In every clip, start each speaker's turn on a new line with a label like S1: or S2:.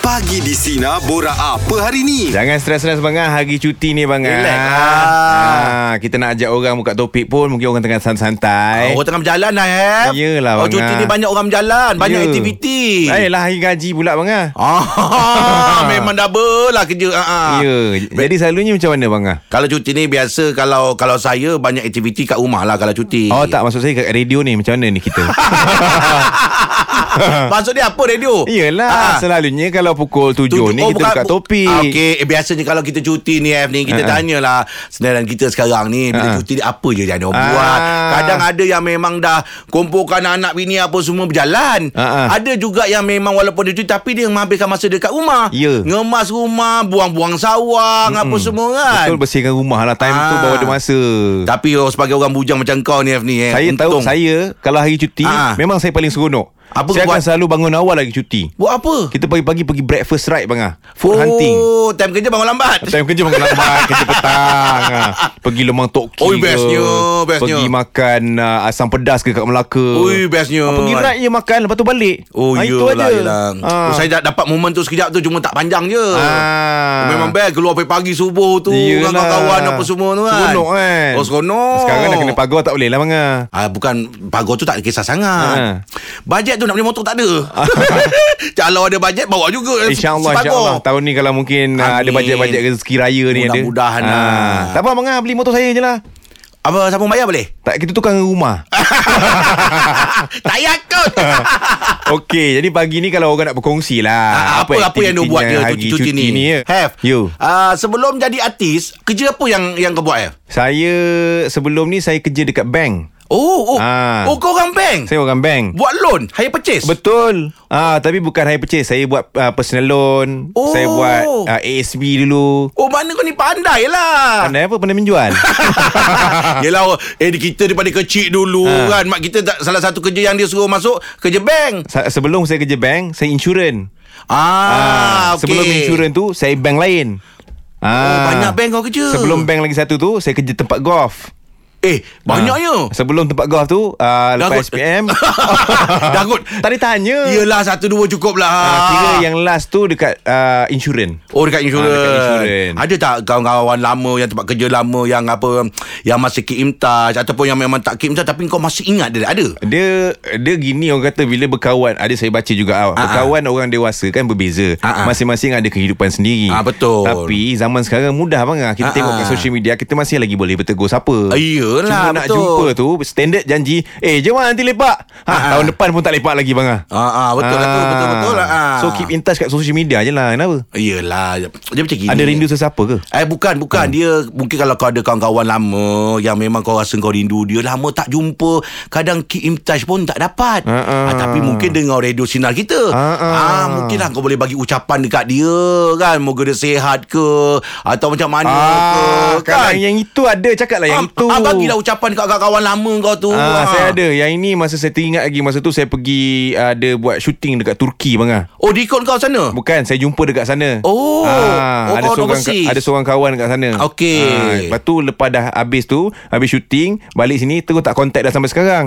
S1: Pagi di Sina Bora apa hari ni?
S2: Jangan stres-stres bangang Hari cuti ni bangang
S3: Relax.
S2: ah. Kita nak ajak orang buka topik pun Mungkin orang tengah santai-santai
S3: Eh. Orang tengah berjalan lah eh
S2: Yelah,
S3: Oh
S2: Bang
S3: cuti
S2: Ah.
S3: ni banyak orang berjalan Banyak
S2: Ya.
S3: aktiviti
S2: Ayolah hari gaji pula bangang
S3: Ah, Memang double lah kerja ah, ah.
S2: Ya Jadi selalunya macam mana bangang?
S3: Kalau cuti ni biasa Kalau kalau saya banyak aktiviti kat rumah lah Kalau cuti
S2: Oh tak maksud saya kat radio ni Macam mana ni kita
S3: Ah. Maksud dia apa radio? Ah,
S2: Yelah Selalunya kalau pukul 7
S3: Tujuh.
S2: ni Kita buka
S3: oh, bu-
S2: topik
S3: Ah, Okey, eh, biasanya kalau kita cuti ni F ni
S2: Ha,
S3: kita
S2: ha.
S3: tanyalah senaran kita sekarang ni
S2: Ha,
S3: bila
S2: ha.
S3: cuti ni apa je yang dia orang buat.
S2: Ah.
S3: Kadang ada yang memang dah kumpulkan anak bini apa semua berjalan.
S2: Ha, ha.
S3: Ada juga yang memang walaupun dia cuti tapi dia menghabiskan masa dekat rumah.
S2: Ya.
S3: Ngemas rumah, buang-buang sawang apa semua kan.
S2: Betul bersihkan rumah lah Time tu
S3: Ah.
S2: bawa ada masa
S3: Tapi oh, sebagai orang bujang macam kau ni F ni eh.
S2: Saya tahu
S3: untung.
S2: Saya kalau hari cuti
S3: Ah.
S2: Memang saya paling seronok
S3: Apa
S2: Saya
S3: buat?
S2: akan selalu bangun awal lagi cuti
S3: Buat apa?
S2: Kita pagi-pagi pergi breakfast ride bangang Food hunting
S3: Oh, time kerja bangun lambat.
S2: Time kerja bangun lambat Kerja petang ha. Pergi lemang toki
S3: Oi,
S2: ke.
S3: bestnya, bestnya.
S2: Pergi makan uh, asam pedas ke kat Melaka
S3: Ui, bestnya.
S2: Ah, Pergi ride je makan Lepas tu balik
S3: Oh
S2: Ah,
S3: ha,
S2: Itu
S3: yelah,
S2: aja
S3: yelah.
S2: Ha.
S3: Oh, Saya dah dapat momen tu sekejap tu Cuma tak panjang je
S2: Ah.
S3: Memang best Keluar pagi-pagi subuh tu
S2: Yelah.
S3: Dengan kawan-kawan apa semua tu kan
S2: Seronok kan
S3: Oh seronok
S2: Sekarang dah kena pagar tak boleh lah Manga
S3: Ah, bukan pagar tu tak ada kisah sangat.
S2: Ha.
S3: Bajet tu nak beli motor tak ada. Kalau ada bajet bawa juga
S2: InsyaAllah
S3: sepagar.
S2: InsyaAllah Tahun ni kalau mungkin ah, Ada
S3: Eh, Amin.
S2: bajet-bajet rezeki raya ni ada
S3: Mudah-mudahan
S2: Ah.
S3: lah.
S2: Tak apa Manga Beli motor saya je lah
S3: Apa sambung bayar boleh?
S2: tak, kita tukar dengan rumah
S3: tak payah kau.
S2: Okey Jadi pagi ni Kalau orang nak berkongsi lah
S3: Ah, apa apa yang dia buat dia
S2: aktivitinya
S3: cuti,
S2: hari
S3: cuti, ni.
S2: ya.
S3: Have.
S2: You
S3: Ah, sebelum jadi artis, kerja apa yang yang kau buat Have?
S2: Saya Sebelum ni Saya kerja dekat bank
S3: Oh, oh.
S2: Ah.
S3: Oh, kau orang bank.
S2: Saya orang bank
S3: Buat loan Hire purchase
S2: Betul ah, Tapi bukan high purchase Saya buat uh, personal loan
S3: Oh.
S2: Saya buat uh, ASB dulu
S3: Oh mana kau ni pandai lah
S2: Pandai apa pandai menjual
S3: Yelah Eh kita daripada kecil dulu
S2: Ha.
S3: kan Mak kita tak, salah satu kerja yang dia suruh masuk Kerja bank
S2: Sa- Sebelum saya kerja bank Saya insurans
S3: Ah, okay.
S2: Sebelum insurans tu Saya bank lain
S3: oh,
S2: Ah.
S3: Banyak bank kau kerja
S2: Sebelum bank lagi satu tu Saya kerja tempat golf
S3: Eh
S2: Ah.
S3: banyaknya
S2: Sebelum tempat golf tu uh, Lepas
S3: kot.
S2: SPM
S3: Dah kot
S2: Tadi tanya
S3: Yelah satu dua cukup lah
S2: Ah, Kira yang last tu Dekat uh, insurans
S3: Oh dekat insurans.
S2: Ah, dekat insurans.
S3: Ada tak kawan-kawan lama yang tempat kerja lama yang apa yang masih keep in touch ataupun yang memang tak keep in touch tapi kau masih ingat dia? Ada.
S2: Dia dia gini orang kata bila berkawan ada saya baca juga ah, berkawan orang dewasa kan berbeza
S3: Ah, ah.
S2: masing-masing ada kehidupan sendiri
S3: Ah, betul.
S2: tapi zaman sekarang mudah bang kita
S3: Ah,
S2: tengok
S3: ah.
S2: kat social media kita masih lagi boleh bertegur siapa
S3: Iyalah,
S2: cuma nak
S3: betul.
S2: jumpa tu standard janji eh jom ah, nanti lepak ha,
S3: ah.
S2: tahun depan pun tak lepak lagi bang ah.
S3: Ah, ah betul lah tu
S2: Ah.
S3: betul betul lah. Ah.
S2: so keep in touch kat social media je lah kenapa
S3: Yelah Dia macam gini
S2: ada rindu sesiapa ke
S3: Eh bukan bukan hmm. dia mungkin kalau kau ada kawan-kawan lama yang memang kau rasa kau rindu dia lama tak jumpa kadang keep in touch pun tak dapat
S2: Ha, ha.
S3: Ah, tapi mungkin dengar radio sinar kita
S2: Ha, ha.
S3: ah mungkinlah kau boleh bagi ucapan dekat dia kan moga dia sihat ke atau macam mana
S2: ah
S3: ke kan
S2: kadang yang itu ada cakap lah yang itu
S3: ah, bagilah ucapan kat kawan-kawan lama kau tu
S2: Ah,
S3: Ah.
S2: saya ada. Yang ini masa saya teringat lagi masa tu saya pergi ada buat shooting dekat Turki bang ah.
S3: oh dia ikut kau sana
S2: Bukan, saya jumpa dekat sana. Ah,
S3: Oh, oh,
S2: ada
S3: kawan
S2: seorang
S3: overseas.
S2: ada seorang kawan dekat sana. Ah,
S3: Okey.
S2: lepas tu lepas dah habis tu, habis shooting, balik sini terus tak kontak dah sampai sekarang.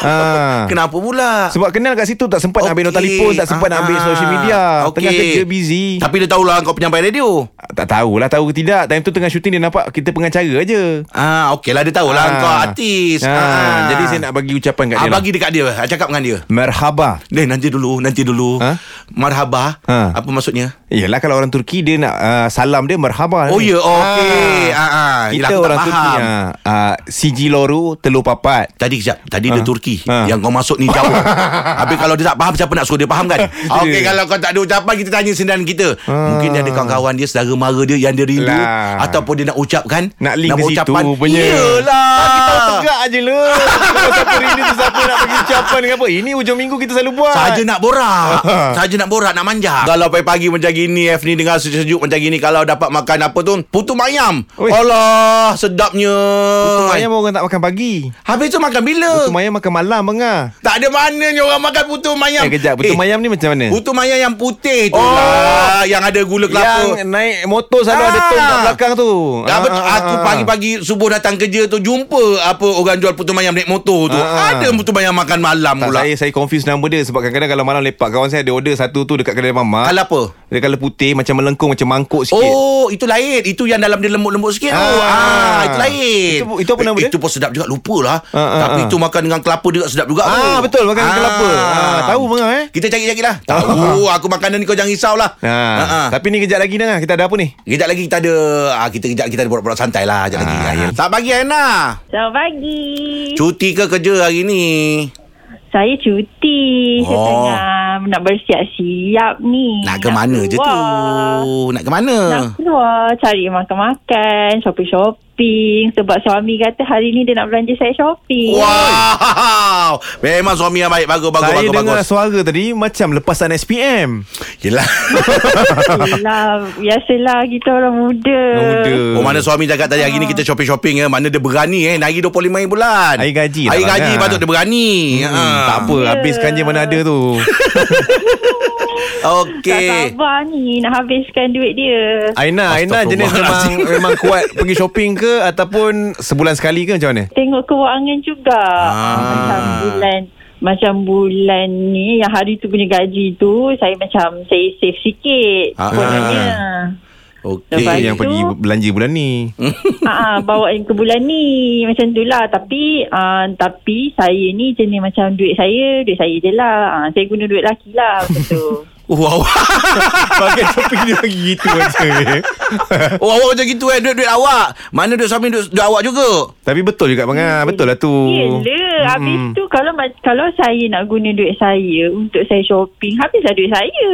S2: ah.
S3: kenapa pula
S2: Sebab kenal kat situ tak sempat nak ambil nombor telefon, tak sempat nak ambil
S3: Ah,
S2: social media.
S3: okey.
S2: Tengah kerja busy.
S3: Tapi dia tahulah kau penyampai radio.
S2: Tak tahulah tahu ke tidak. Time tu tengah shooting dia nampak kita pengacara je.
S3: Ah, okey lah dia tahulah ah. kau artis.
S2: Ah, Jadi saya nak bagi ucapan kat
S3: ah,
S2: dia. lah.
S3: bagi dekat dia, ah, cakap dengan dia.
S2: Merhaba.
S3: Deh nanti dulu, nanti dulu.
S2: Ha?
S3: Marhaba.
S2: Ha.
S3: Apa maksudnya?
S2: Yelah kalau orang Turki dia nak uh, salam dia merhaba.
S3: Oh ya, yeah, okey. Ah. Ah, ah. Yelah,
S2: Kita
S3: aku tak
S2: orang
S3: faham.
S2: Turki ah, ah, siji loru telur papat.
S3: Tadi kejap Tadi dia
S2: Ha.
S3: Turki
S2: Ha.
S3: Yang kau masuk ni jauh Habis kalau dia tak faham Siapa nak suruh dia faham kan Okey kalau kau tak ada ucapan Kita tanya sendan kita Mungkin dia ada kawan-kawan dia Saudara mara dia Yang dia rindu
S2: Ha. Lah.
S3: Ataupun dia nak ucapkan
S2: Nak link ke
S3: buat
S2: situ
S3: ucapan.
S2: punya.
S3: Yelah
S2: Ah, Tegak je lu. Siapa rindu tu siapa nak bagi ucapan dengan apa? Ini hujung minggu kita selalu buat.
S3: Saja nak borak Saja nak borak Nak manja Kalau pagi-pagi macam gini F ni dengar sejuk-sejuk macam gini Kalau dapat makan apa tu Putu mayam
S2: Oi.
S3: Alah Sedapnya
S2: Mayam orang tak makan pagi.
S3: Habis tu makan bila
S2: Mayam makan malam Angah
S3: Tak ada mananya orang makan putu mayam.
S2: Eh kejap Betul mayam ni macam mana?
S3: Putu mayam yang putih tu
S2: Oh.
S3: lah Yang ada gula kelapa
S2: Yang naik motor selalu ada tong kat
S3: Ah.
S2: belakang tu
S3: Dah
S2: Ah,
S3: betul.
S2: ah,
S3: aku
S2: ah.
S3: pagi-pagi subuh datang kerja tu jumpa apa orang jual putu mayam naik motor tu.
S2: Ah.
S3: Ada putu mayam makan malam
S2: tak,
S3: pula.
S2: saya saya confuse nama dia sebab kadang-kadang kalau malam lepak kawan saya ada order satu tu dekat kedai mamak.
S3: Kalau apa?
S2: dia kalau putih macam melengkung macam mangkuk sikit.
S3: Oh, itu lain. Itu yang dalam dia lembut-lembut sikit. Ah, oh,
S2: Ah.
S3: ah itu lain.
S2: Itu- itu apa nama
S3: Eh,
S2: dia?
S3: Itu pun sedap juga lupalah.
S2: Ah, ah,
S3: Tapi
S2: ah.
S3: itu makan dengan kelapa juga sedap juga.
S2: Ah,
S3: tu.
S2: betul, makan dengan kelapa. Ah, tahu Mengah, eh?
S3: Kita cari-cari lah. Tahu aku makanan ni kau jangan risaulah.
S2: Ha.
S3: Ah, ah.
S2: Tapi ni kejap lagi dah kita ada apa ni?
S3: Kejap lagi kita ada ah, kita kejap kita ada borak-borak santai lah kejap lagi.
S2: Ah.
S3: Ya. Selamat pagi Aina.
S4: Selamat pagi.
S3: Cuti ke kerja hari ni?
S4: Saya cuti. Saya
S3: Oh.
S4: tengah nak bersiap-siap ni.
S3: Nak ke mana je tu? Ha.
S4: keluar.
S3: Nak ke mana?
S4: Nak keluar cari makan-makan, shopping-shopping sebab suami kata hari ni dia nak belanja saya shopping.
S3: Wow. Memang suami yang baik bagus bagus
S2: saya
S3: bagus
S2: dengar
S3: bagus.
S2: suara tadi macam lepasan SPM.
S3: Yelah.
S4: Yelah, biasalah kita orang muda.
S3: Oh mana suami cakap tadi hari
S4: Ah.
S3: ni kita shopping-shopping ya. Mana dia berani eh. Nari 25 hari bulan.
S2: Hari gaji lah,
S3: Hari
S2: Bang,
S3: gaji
S2: kan?
S3: patut dia berani. Ah.
S2: Hmm, tak apa
S4: Ya.
S2: habiskan je mana ada tu.
S4: Tak
S3: Okey.
S4: sabar ni nak habiskan duit dia.
S2: Aina, Aina jenis memang
S3: Astaghfirullahalazim.
S2: memang kuat pergi shopping ke ataupun sebulan sekali ke macam mana?
S4: Tengok kewangan juga.
S3: Ah.
S4: Ah. Macam bulan macam bulan ni yang hari tu punya gaji tu saya macam saya save sikit
S3: Ah.
S4: sebenarnya.
S3: Okey.
S4: Lepas-
S2: Eh, yang
S4: tu-
S2: pergi belanja bulan ni.
S3: Hmm.
S4: Ah. ah bawa yang ke bulan ni macam tu lah tapi ah, tapi saya ni jenis macam duit saya duit saya je lah. Ah, saya guna duit laki lah macam tu.
S3: Wow.
S2: Pakai shopping dia bagi gitu aja.
S3: Oh awak macam gitu eh Duit-duit awak Mana duit suami Duit, duit awak juga
S2: Tapi betul juga bang ah, betul lah tu. Hmm.
S4: Yelah Habis
S2: Mm-mm.
S4: tu Kalau ma- kalau saya nak guna duit saya Untuk saya shopping Habislah duit saya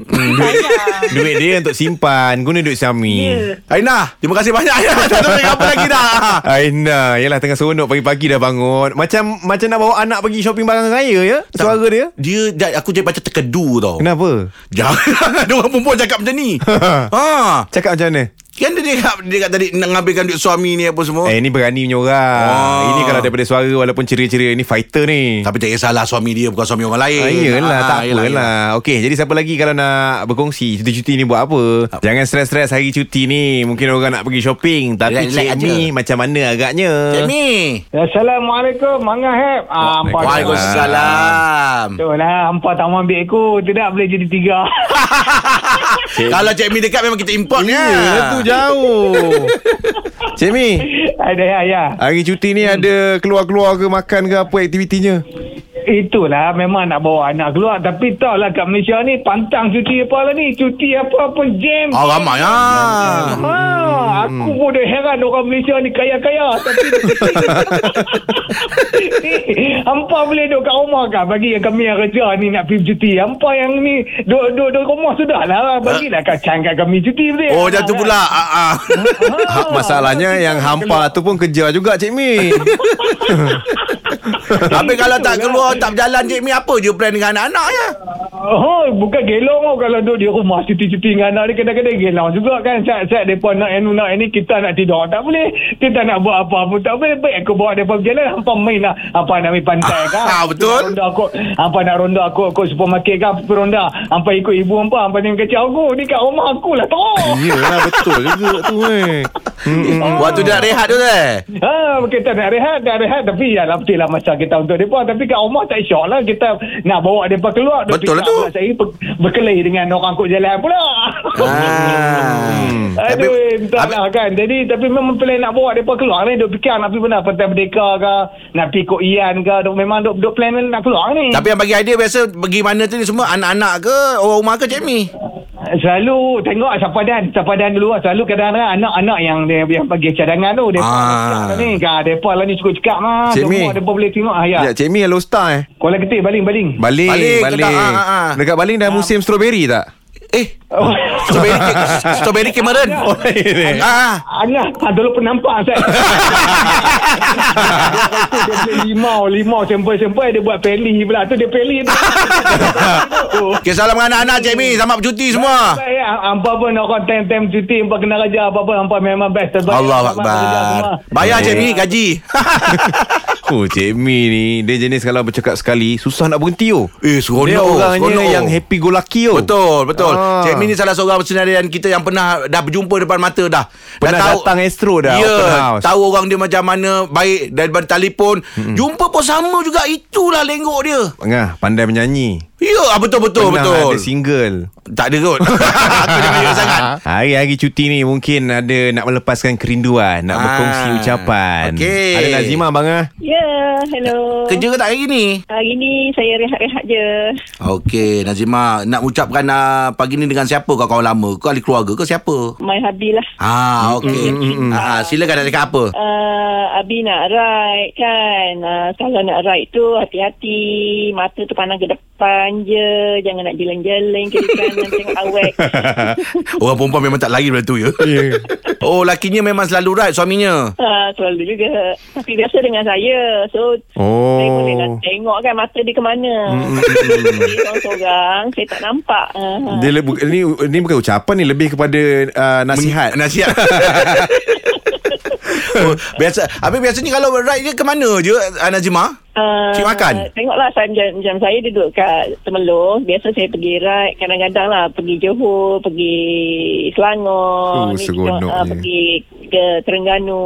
S2: Mm.
S4: Sayang
S2: Duit dia untuk simpan Guna duit suami
S4: Ya
S3: Aina Terima kasih banyak Aina Tak tahu nak apa lagi dah
S2: Ah, Aina Yalah tengah seronok Pagi-pagi dah bangun Macam Macam nak bawa anak pergi shopping Barang raya ya Suara dia
S3: Dia dah- Aku jadi macam terkedu tau
S2: Kenapa?
S3: Jangan Ada orang perempuan cakap macam ni ha.
S2: Cakap macam mana?
S3: Kan dia cakap Dia cakap tadi Nak ngambilkan duit suami ni Apa semua
S2: Eh ni berani punya orang
S3: Wah.
S2: Ini kalau daripada suara Walaupun ceria-ceria Ini fighter ni
S3: Tapi Oh. tak kisahlah Suami dia bukan suami orang lain
S2: Ah, yelah, tak
S3: yelah,
S2: apalah. Okey, jadi siapa lagi kalau nak berkongsi cuti-cuti ni buat apa? Jangan stres-stres hari cuti ni. Mungkin orang nak pergi shopping. Tapi
S3: Relax
S2: Cik
S3: aja.
S2: Mi macam mana agaknya?
S3: yelah. Cik Mi
S5: Assalamualaikum Mangah Hep ah, Hampa
S3: Waalaikumsalam
S5: Tu lah Hampa tak mau ambil aku Tu dah boleh jadi tiga
S3: Kalau Cik Mi dekat Memang kita import ya
S2: Yelah, tu jauh. Cik Mi,
S5: Ada ya ya
S2: hari cuti ni ada keluar-keluar ke makan ke apa aktivitinya?
S5: Itulah memang nak bawa anak keluar Tapi tau lah kat Malaysia ni Pantang cuti apa lah ni Cuti apa-apa jam
S3: Oh ramai ya.
S5: Ha, aku pun dah heran orang Malaysia ni kaya-kaya tapi ni hampa boleh duduk kat rumah kan bagi yang kami yang kerja ni nak pergi cuti hampa yang ni duduk duduk, duduk rumah sudah lah bagilah kat cang kat kami cuti boleh
S3: Oh macam tu pula Ah, ah.
S5: Ha,
S2: Masalahnya yang hampa tu pun kerja juga Cik Mi.
S3: Habis kalau tak keluar Tak berjalan Cik Mi Apa je plan dengan anak-anak ya
S5: Oh, bukan gelong oh, kalau duduk di rumah cuti-cuti dengan anak ni kadang-kadang gelong juga kan. Saat-saat depa nak anu nak ni kita nak tidur tak boleh. Kita nak buat apa pun tak boleh. Baik aku bawa depa berjalan hampa main lah. Hampa nak main pantai kan.
S3: Ah, betul.
S5: Nak Ronda aku hampa nak ronda aku aku supermarket kan hampa ronda. Hampa ikut ibu hampa hampa ni kecil aku ni kat rumah aku lah teruk.
S2: Yelah betul juga tu eh. Mm-mm.
S3: Waktu dia nak rehat tu eh
S5: Ha, kita nak rehat, nak rehat tapi ya lah betul lah masa kita untuk depa tapi kat rumah tak syok lah kita nak bawa depa keluar. Duk
S3: Betul lah
S5: fikir
S3: tu.
S5: pula Saya ber- berkelahi dengan orang kot jalan pula.
S3: Ah.
S5: Aduh, entah lah kan. Jadi, tapi memang plan nak bawa mereka keluar ni. Duk fikir nak pergi mana? Pantai Merdeka ke? Nak pergi Kok Ian ke? Duk, memang duk, duk plan nak keluar ni.
S3: Tapi yang bagi idea biasa pergi mana tu ni semua anak-anak ke orang rumah ke Cik Mi?
S5: Selalu tengok siapa dan. Siapa dan dulu lah. Selalu kadang-kadang anak-anak yang dia yang pergi cadangan tu. Mereka
S3: Ah.
S5: ah. ni. Kan, mereka lah ni cukup cakap lah.
S2: Cik Mi.
S5: Semua mereka boleh tengok. Ah, ya.
S2: Ya, Cik Mi hello star eh.
S5: Kuala Ketik, baling-baling.
S2: Baling,
S3: Baling
S2: baling.
S3: ke tak? Ah, ah, ah.
S2: Dekat baling dah musim strawberry tak?
S3: Eh,
S5: Oh.
S3: strawberry cake, strawberry cake meren.
S5: Oh,
S2: lain, eh.
S3: Ah.
S5: Angah, ah, dulu penampak saya. dia beli limau, limau sempoi-sempoi dia buat peli pula. Tu dia peli tu. Oh.
S3: Okay, salam dengan anak-anak Cik Mi. Selamat bercuti semua.
S5: Baik, ya, hampa pun orang time-time cuti Hampa kena kerja Apa-apa Hampa memang best Terbaik
S3: Allah
S5: Hampa
S3: Akbar.
S5: kerja semua.
S3: Bayar Cik Mi gaji.
S2: Oh Cik Mi ni Dia jenis kalau bercakap sekali Susah nak berhenti oh.
S3: Eh, seronok,
S2: Dia orangnya
S3: seronok.
S2: yang happy go lucky oh.
S3: Betul, betul.
S2: Ah.
S3: Ah. Cik Min ni salah seorang pensenarian kita yang pernah dah berjumpa depan mata dah.
S2: Pernah datang Astro dah,
S3: Ya,
S2: open house. Hmm.
S3: tahu orang dia macam mana, baik daripada telefon. Mm-mm. Jumpa pun sama juga, itulah lenggok dia.
S2: Ngah, pandai menyanyi
S3: Ya, ah, betul, betul,
S2: Pernah
S3: betul.
S2: ada single
S3: Tak ada kot. Aku dah banyak sangat.
S2: Hari-hari cuti ni Mungkin ada Nak melepaskan kerinduan Nak
S3: Ah,
S2: berkongsi ucapan
S3: okey.
S2: Ada Nazima bang ah?
S4: Ya, yeah, hello.
S3: Kerja ke tak hari ni?
S4: Hari ni saya rehat-rehat je.
S3: Okey, Nazima, nak ucapkan uh, pagi ni dengan siapa kau kawan lama? Kau ahli keluarga ke siapa?
S4: My hubby lah.
S3: Ah, okey.
S2: Mm,
S3: Ah, silakan nak cakap apa?
S4: Uh, Abi nak ride kan uh, Kalau nak ride tu hati-hati Mata tu pandang ke depan je Jangan nak jeling-jeling Kiri kanan tengok awet
S3: Orang perempuan memang tak lari daripada tu ya. Yeah. oh, lakinya memang selalu right suaminya.
S4: uh, Selalu juga Tapi biasa dengan saya So
S2: Oh.
S4: Saya boleh lah tengok kan Mata dia ke mana Jadi Seorang-seorang Saya tak nampak uh,
S2: Dia le- bu- ni, ni bukan ucapan ni Lebih kepada uh, Nasihat
S3: Nasihat. oh, biasa Habis biasanya kalau ride dia ke mana je ah, Najima?
S4: Uh,
S3: Cik makan?
S4: Tengoklah saya, jam, jam saya duduk kat Temelung. Biasa saya pergi ride. Kadang-kadang lah pergi Johor, pergi
S2: Oh,
S3: Oh,
S4: Selangor. ni
S2: seronoknya.
S4: tengok, ah, pergi ke Terengganu.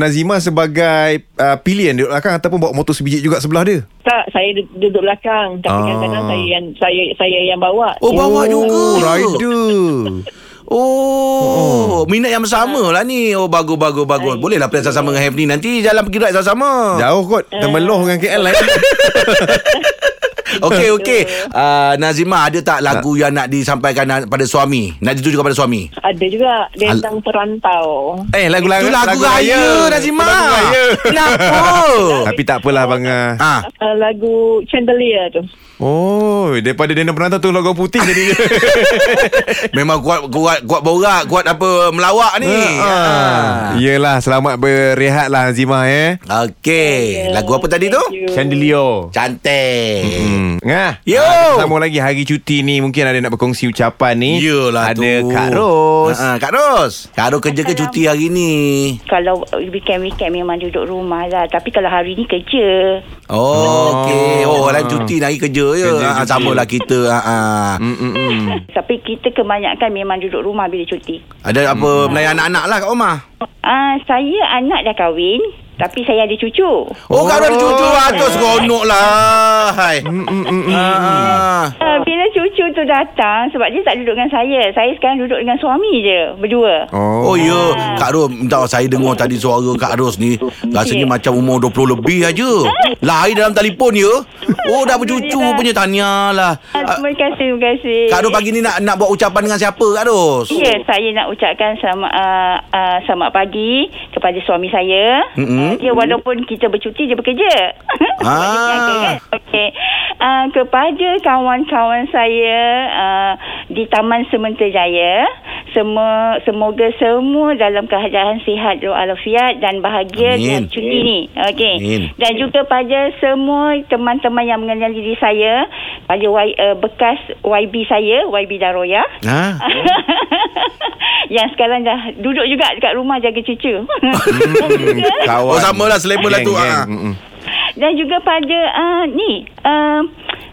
S2: Nazima sebagai uh, pilihan duduk belakang ataupun bawa motor sebiji juga sebelah dia.
S4: Tak, saya du- duduk belakang. Tapi
S2: Ah.
S4: kadang-kadang saya yang saya saya yang bawa.
S3: Oh, bawa juga.
S2: Oh,
S3: Ya.
S2: rider.
S3: Oh, oh, minat yang sama lah ni. Oh, bagus, bagus, bagus. Bolehlah plan sama dengan Hafni. Nanti jalan pergi ride sama-sama.
S2: Jauh kot. Temeloh dengan KL lain.
S3: Okey, okey. Uh, Nazima, ada tak lagu yang nak disampaikan na- pada suami? Nak ditujukan pada suami?
S4: Ada juga
S3: Al-
S4: dendang perantau.
S2: Eh, lagu
S3: Itu lagu, raya, Nazima.
S2: Lagu raya.
S3: Kenapa?
S2: Tapi tak apalah bang. ah.
S3: ah.
S4: Uh, lagu Chandelier tu.
S2: Oh, daripada Dendam Penantau tu logo putih jadi dia.
S3: Memang kuat kuat kuat borak, kuat apa melawak ni.
S2: Ah.
S3: Ha.
S2: Yelah, selamat berehat lah Nazima eh.
S3: Okey, lagu apa tadi tu?
S4: Thank you.
S2: Chandelier.
S3: Cantik.
S2: Hmm. Ngah.
S3: Yo.
S2: Sama lagi hari cuti ni mungkin ada nak berkongsi ucapan ni. ada
S3: Yelah tu.
S2: Kak Ros.
S3: Ha, Kak Ros. Kak Ros kerja ke cuti hari ni?
S6: Kalau weekend-weekend memang duduk rumah lah. Tapi kalau hari ni kerja.
S3: Oh, okey. Oh, orang lain cuti nak pergi kerja je.
S2: Kerja
S3: Ha,
S2: cuti.
S3: sama lah kita. Ha, ha.
S2: Hmm, hmm, hmm.
S6: Tapi kita kebanyakan memang duduk rumah bila cuti.
S3: Ada apa
S2: Mm.
S3: melayan anak-anak lah kat rumah?
S6: Ah, saya anak dah kahwin. Tapi saya ada cucu.
S3: Oh, Kak Ros ada cucu lah. Tu seronok lah. Hai.
S2: Mm,
S3: Ah.
S6: Ah, bila cucu tu datang sebab dia tak duduk dengan saya. Saya sekarang duduk dengan suami je. Berdua.
S3: Oh, oh ya Kak Ros Minta saya dengar tadi suara Kak Ros ni Rasanya
S6: Ya.
S3: macam umur 20 lebih aja Lahir dalam telefon ya Oh dah bercucu punya Tahniah lah
S6: Ah,
S3: Ah,
S6: terima kasih, terima kasih.
S3: Kak Ros pagi ni nak nak buat ucapan dengan siapa Kak Ros?
S6: Ya, saya nak ucapkan selamat, uh, uh, selamat pagi kepada suami saya.
S3: Mm-mm.
S6: Mm-hmm. Dia walaupun kita bercuti, dia bekerja. Sebab
S3: Ah.
S6: dia peniaga, kan? Okey. Uh, kepada kawan-kawan saya uh, di Taman Sementerjaya, semua, semoga semua dalam keadaan sihat walafiat dan
S3: Amin.
S6: bahagia di hari cuti ni. Okey.
S3: Amin.
S6: Dan juga pada semua teman-teman yang mengenal diri saya, pada y, uh, bekas YB saya, YB Daroya.
S3: Ha?
S6: Yang sekarang dah duduk juga dekat rumah jaga cucu. Hmm.
S2: Kawan.
S3: Oh sama lah selera lah tu
S2: Geng,
S3: ah.
S2: geng. Mm, Mm-mm.
S6: Dan juga pada uh, ni, uh,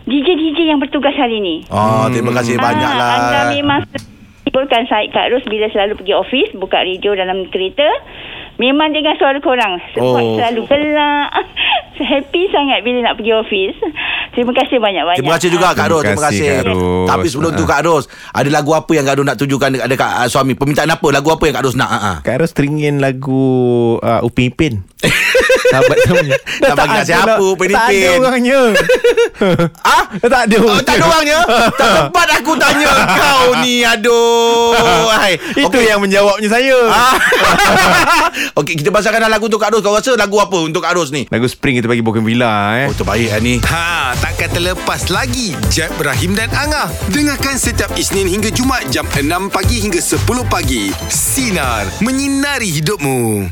S6: DJ-DJ yang bertugas hari ni.
S3: Oh terima kasih banyak lah
S6: Ah, Anda memang hiburkan saya Kak Ros bila selalu pergi office, buka radio dalam kereta. Memang dengan suara korang. Sebab
S3: Oh.
S6: oh. selalu gelak. Happy sangat bila nak pergi office. Terima kasih banyak-banyak.
S3: Terima kasih juga Kak
S2: Terima
S3: Ros Terima
S2: kasih,
S3: kasih
S2: Kak Ros.
S3: Tapi sebelum tu
S2: Ha.
S3: Kak Ros Ada lagu apa yang Kak Ros nak tujukan Dekat dekat, ah, suami Permintaan apa Lagu apa yang Kak Ros nak Ah, ah.
S2: Kak Ros teringin lagu uh, Upin Ipin. Sahabat kamu.
S3: Tak bagi nasihat apa, Upin
S2: Tak ada
S3: Ipin.
S2: orangnya.
S3: Ah?
S2: Tak ada
S3: Oh, tak ada orangnya Tak sempat aku tanya kau ni Aduh Oh, Hai.
S2: Itu
S3: Okey.
S2: yang menjawabnya saya.
S3: Ah. Okey, kita bahasakan dah lagu untuk Kak Ros. Kau rasa lagu apa untuk Kak Ros ni?
S2: Lagu Spring kita bagi Boken Villa eh.
S3: Oh, terbaik lah ni.
S1: Ha, takkan terlepas lagi Jeb, Ibrahim dan Angah. Dengarkan setiap Isnin hingga Jumaat jam 6 pagi hingga 10 pagi. Sinar, menyinari hidupmu.